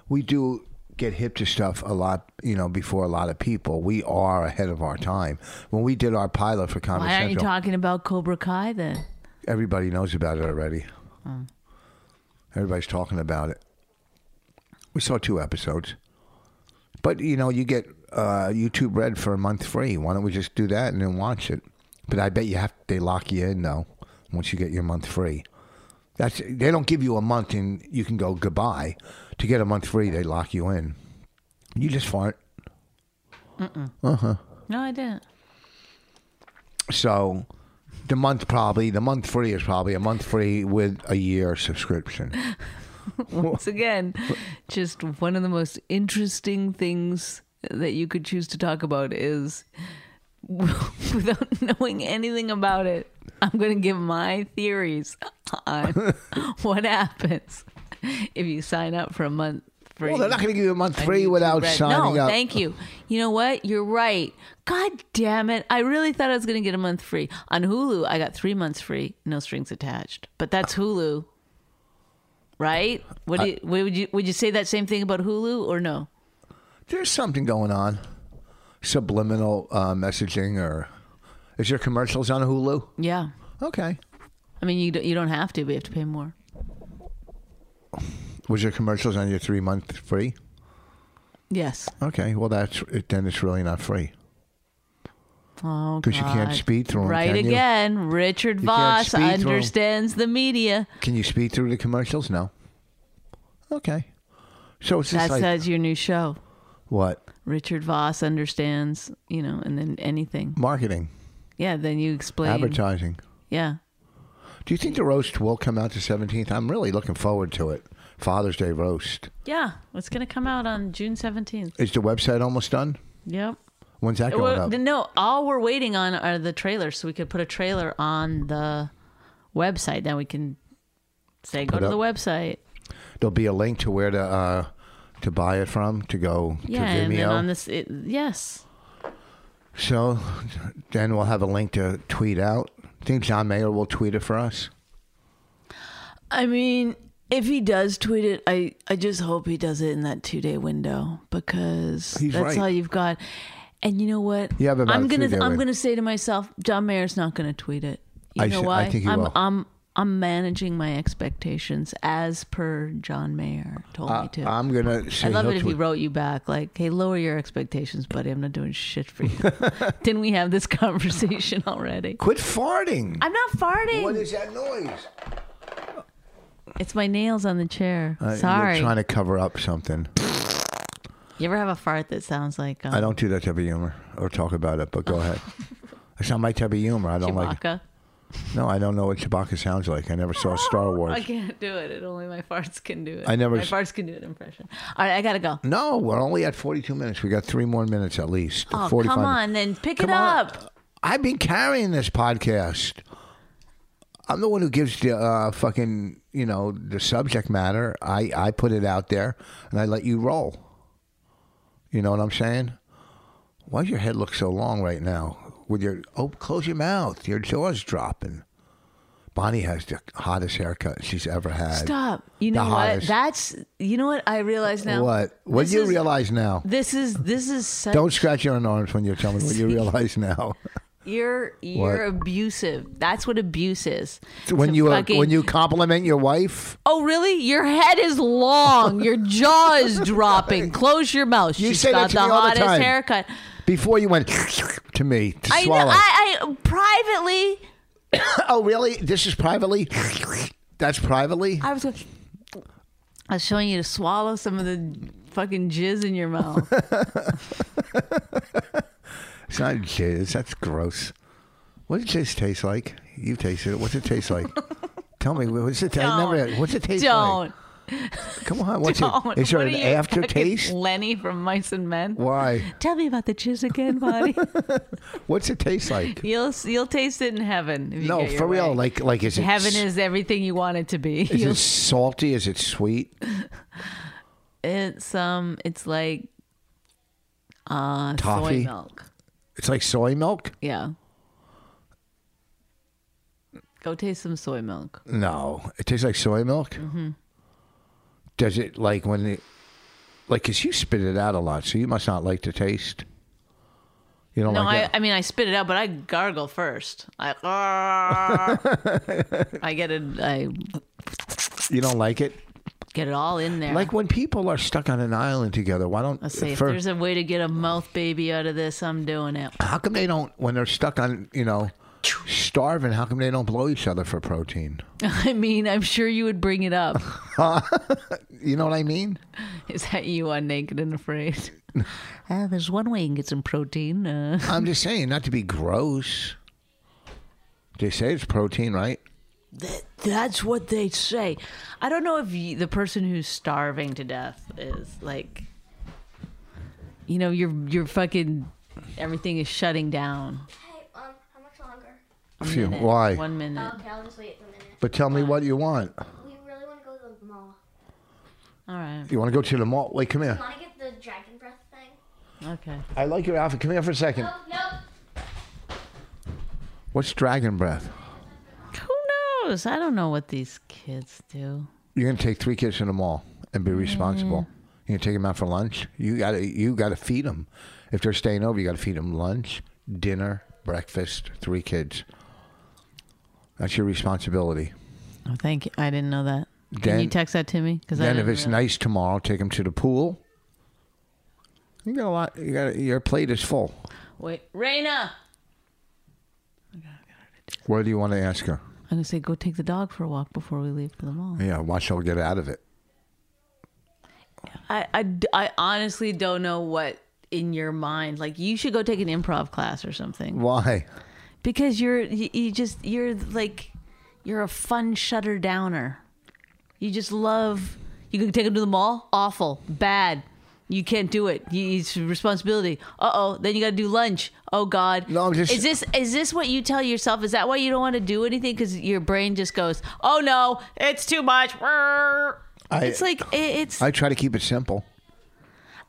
S3: we do get hip to stuff a lot. You know, before a lot of people, we are ahead of our time. When we did our pilot for Comedy
S2: Why aren't you
S3: Central,
S2: talking about Cobra Kai then?
S3: everybody knows about it already. Everybody's talking about it. We saw two episodes, but you know, you get uh, YouTube Red for a month free. Why don't we just do that and then watch it? But I bet you have they lock you in though once you get your month free. That's they don't give you a month and you can go goodbye. To get a month free, they lock you in. You just fart.
S2: No, I didn't.
S3: So the month probably the month free is probably a month free with a year subscription.
S2: Once again, just one of the most interesting things that you could choose to talk about is without knowing anything about it. I'm going to give my theories on what happens if you sign up for a month free.
S3: Well, they're not going to give you a month free
S2: YouTube
S3: without
S2: Red.
S3: signing
S2: no,
S3: up.
S2: thank you. You know what? You're right. God damn it. I really thought I was going to get a month free. On Hulu, I got three months free, no strings attached. But that's Hulu. Right? What do you, what would you would you say that same thing about Hulu or no?
S3: There's something going on, subliminal uh, messaging, or is there commercials on Hulu?
S2: Yeah.
S3: Okay.
S2: I mean, you don't, you don't have to, but you have to pay more.
S3: Was there commercials on your three month free?
S2: Yes.
S3: Okay. Well, that's then it's really not free
S2: Oh,
S3: because you can't
S2: God.
S3: speed through. 'em,
S2: Right
S3: can you?
S2: again, Richard
S3: You can't
S2: Voss
S3: speed through 'em.
S2: understands the media.
S3: Can you speed through the commercials? No. Okay. So it's just
S2: That's,
S3: like
S2: that's your new show.
S3: what
S2: Richard Voss understands, you know, and then anything.
S3: marketing,
S2: Yeah, then you explain.
S3: advertising.
S2: Yeah.
S3: Do you think the roast will come out the seventeenth? I'm really looking forward to it. Father's Day roast.
S2: Yeah. It's going to come out on June 17th.
S3: Is the website almost done?
S2: Yep.
S3: When's that going
S2: Well,
S3: up?
S2: no, all we're waiting on are the trailers so we could put a trailer on the website. Then we can say, go
S3: Put
S2: to
S3: up-
S2: the website.
S3: There'll be a link to where to uh, to buy it from to go
S2: Yeah.
S3: to
S2: And
S3: Vimeo.
S2: then on this, it, yes.
S3: so then we'll have a link to tweet out. Think John Mayer will tweet it for us.
S2: I mean, if he does tweet it, I, I just hope he does it in that two day window because
S3: He's
S2: that's
S3: right.
S2: all you've got. And you know what?
S3: You have about
S2: I'm
S3: a
S2: gonna
S3: two-day
S2: I'm
S3: win-
S2: gonna say to myself, John Mayer's not gonna tweet it. You
S3: I
S2: know
S3: see- I
S2: why?
S3: think he
S2: am
S3: will.
S2: I'm I'm managing my expectations as per John Mayer told me to.
S3: I'm gonna. Say
S2: I love
S3: he'll
S2: it if he
S3: tweet.
S2: wrote you back like, "Hey, lower your expectations, buddy. I'm not doing shit for you." Didn't we have this conversation already?
S3: Quit farting.
S2: I'm not farting.
S3: what is that noise?
S2: it's my nails on the chair.
S3: Uh,
S2: Sorry.
S3: You're trying to cover up something.
S2: You ever have a fart that sounds like um,
S3: I don't do that type of humor or talk about it. But
S2: Oh.
S3: go ahead. It's not my type of humor. I don't like.
S2: Chewbacca?
S3: it. No, I don't know what Chewbacca sounds like. I never saw Star Wars.
S2: I can't do it. It only my farts can do it.
S3: I never
S2: my
S3: s-
S2: farts can do an impression. All right, I gotta go.
S3: No, we're only at 42 minutes. We got three more minutes at least.
S2: Oh,
S3: 45
S2: come
S3: minutes.
S2: on, then pick
S3: Come
S2: it
S3: on.
S2: up.
S3: I've been carrying this podcast. I'm the one who gives the uh, fucking, you know, the subject matter. I, I put it out there and I let you roll. You know what I'm saying? Why does your head look so long right now? With your, oh, close your mouth. Your jaw's dropping. Bonnie has the hottest haircut she's ever had.
S2: Stop. You
S3: The
S2: know what?
S3: hottest.
S2: That's you know what I realize now.
S3: What? What
S2: This
S3: do you
S2: is-
S3: realize now?
S2: This is this is such
S3: Don't scratch your own arms when you're telling me what you realize now.
S2: you're you're abusive. That's what abuse is.
S3: when
S2: To
S3: you uh,
S2: fucking-
S3: when you compliment your wife,
S2: oh really? Your head is long. Your jaw is dropping. Close your mouth.
S3: You
S2: She's
S3: say that
S2: got
S3: to
S2: the
S3: me all the
S2: hottest
S3: time.
S2: haircut.
S3: before you went to me to
S2: I know.
S3: swallow.
S2: I, I privately
S3: oh, really? This is privately. That's privately.
S2: I was going. I was showing you to swallow some of the fucking jizz in your mouth.
S3: It's not jizz. That's gross. What does jizz taste like? You tasted it. What's it taste like? Tell me. What's it? I never. What's it taste
S2: Don't.
S3: like? Come on, what's
S2: Don't.
S3: it? Is there
S2: What
S3: an
S2: are you,
S3: aftertaste?
S2: fucking Lenny from Mice and Men.
S3: Why?
S2: Tell me about the juice again, Bonnie.
S3: What's it taste like?
S2: you'll you'll taste it in heaven. if you
S3: No,
S2: get your
S3: for real.
S2: way.
S3: Like, like is it
S2: heaven
S3: s-
S2: is everything you want it to be.
S3: Is
S2: You'll-
S3: it salty? Is it sweet?
S2: it's um, it's like uh,
S3: Toffee?
S2: soy milk.
S3: It's like soy milk.
S2: Yeah. Go taste some soy milk.
S3: No, it tastes like soy milk.
S2: Mm-hmm.
S3: Does it like when it, like, cause you spit it out a lot, so you must not like the taste. You don't
S2: No,
S3: like
S2: I,
S3: it.
S2: I mean I spit it out, but I gargle first. I I get it. I
S3: you don't like it.
S2: get it all in there.
S3: Like when people are stuck on an island together, why don't?
S2: Let's see if
S3: for-
S2: there's a way to get a mouth baby out of this. I'm doing it.
S3: how come they don't when they're stuck on you know starving? How come they don't blow each other for protein?
S2: I mean, I'm sure you would bring it up.
S3: You know what I mean?
S2: Is that you on Naked and Afraid? Uh, there's one way you can get some protein. Uh,
S3: I'm just saying, not to be gross. They say it's protein, right?
S2: that's what they say. I don't know if you, the person who's starving to death is like, you know, you're you're fucking everything is shutting down.
S4: Hey, um, how much longer?
S3: Phew,
S2: Minute.
S3: why?
S2: One minute.
S4: Okay, I'll just wait a minute.
S3: But tell me what you want.
S4: We really want to go to the mall.
S2: All right.
S3: You want to go to the mall? Wait, come here.
S4: Want to get the dragon breath thing?
S2: Okay.
S3: I like your outfit. Come here for a second.
S4: Oh, no.
S3: What's dragon breath?
S2: Who knows? I don't know what these kids do.
S3: You're gonna take three kids to the mall and be responsible.
S2: Mm.
S3: You're gonna take them out for lunch. You gotta you gotta feed them. If they're staying over, you gotta feed them lunch, dinner, breakfast. Three kids. That's your responsibility.
S2: Oh, thank you. I didn't know that. Can
S3: Then-
S2: you text that to me? Because
S3: then if it's nice tomorrow, take them to the pool. You got a lot. You got your plate is full.
S2: Wait, Raina.
S3: What do you want to ask her?
S2: I'm gonna say go take the dog for a walk before we leave for the mall.
S3: Yeah, watch her get out of it.
S2: I, I, I honestly don't know what in your mind. Like you should go take an improv class or something
S3: Why?
S2: because you're you, you just you're like you're a fun shutter downer. You just love. You can take him to the mall. Awful, bad. You can't do it. You, it's your responsibility. Uh oh. Then you got to do lunch. Oh God.
S3: No, I'm just-
S2: Is this is this what you tell yourself? Is that why you don't want to do anything? Because your brain just goes, Oh no, it's too much.
S3: I-
S2: it's like it, it's.
S3: I try to keep it simple.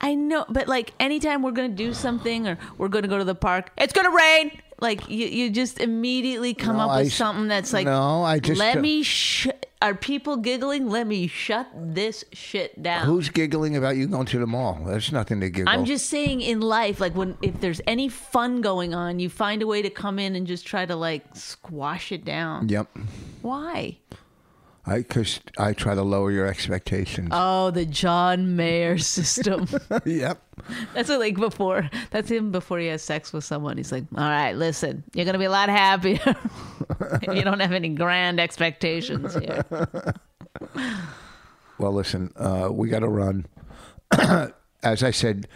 S2: I know, but like anytime we're gonna do something or we're gonna go to the park, it's gonna rain. Like you, you just immediately come
S3: No,
S2: up
S3: I
S2: with
S3: s-
S2: something that's like,
S3: no, I just-
S2: let me. Sh- are people giggling? Let me shut this shit down.
S3: Who's giggling about you going to the mall? There's nothing to giggle.
S2: I'm just saying, in life, like when if there's any fun going on, you find a way to come in and just try to like squash it down.
S3: Yep.
S2: Why?
S3: I cause I try to lower your expectations.
S2: Oh, the John Mayer system.
S3: yep.
S2: That's what, like before. That's him before he has sex with someone. He's like, "All right, listen, you're gonna be a lot happier if you don't have any grand expectations here."
S3: Well, listen, uh, we got to run. As I said,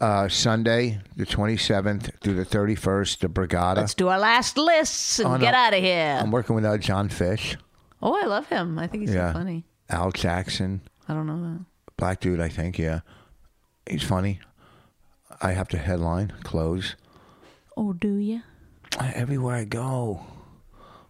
S3: uh, Sunday the 27th through the 31st, the Brigada.
S2: Let's do our last lists and
S3: Oh, no.
S2: get out of here.
S3: I'm working with uh, John Fish.
S2: oh, I love him. I think he's
S3: yeah.
S2: so funny.
S3: Al Jackson,
S2: I don't know
S3: black dude, I think. Yeah, he's funny. I have to headline close
S2: that. Oh, do you?
S3: I- everywhere I go.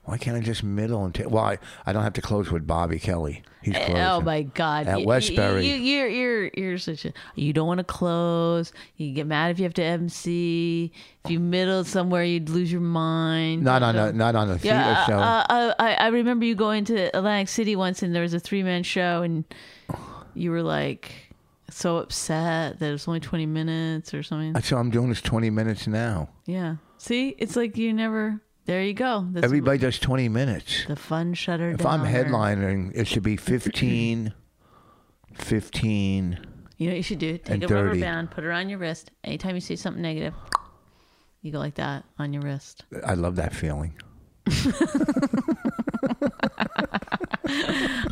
S3: Why can't I just middle and ta- well? I, I don't have to close with Bobby Kelly. He's closing.
S2: Oh my God!
S3: At
S2: You-
S3: Westbury.
S2: you, you, are you're you're such a. You don't want to close. You get mad if you have to MC. If you middle somewhere, you'd lose your mind.
S3: Not on a not on a theater
S2: Yeah,
S3: show.
S2: uh, uh, I, I remember you going to Atlantic City once, and there was a three man show, and you were like so upset that it was only twenty minutes or something.
S3: So I'm doing this 20 minutes now.
S2: yeah. See, it's like you never. There you go. That's
S3: Everybody does 20 minutes.
S2: the fun shutter.
S3: If I'm
S2: downer.
S3: headlining, it should be 15, 15.
S2: you know, what you should do take
S3: and
S2: a rubber
S3: 30.
S2: band, put it on your wrist. Anytime you see something negative, you go like that on your wrist.
S3: I love that feeling.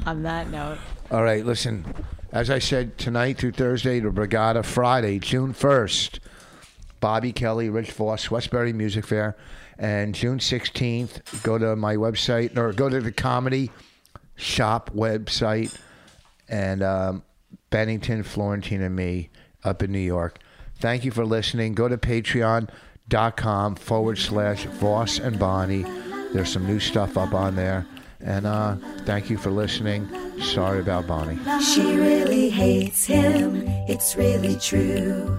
S2: On that note,
S3: All right, listen. As I said, tonight through Thursday, the Brigada Friday, June 1st. Bobby Kelly, Rich Voss, Westbury Music Fair. And June 16th, go to my website or go to the comedy shop website and um, Bennington, Florentine, and me up in New York. Thank you for listening. Go to patreon.com forward slash Voss and Bonnie. There's some new stuff up on there. And uh, thank you for listening. Sorry about Bonnie.
S1: She really hates him, it's really true.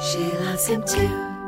S1: she loves him too.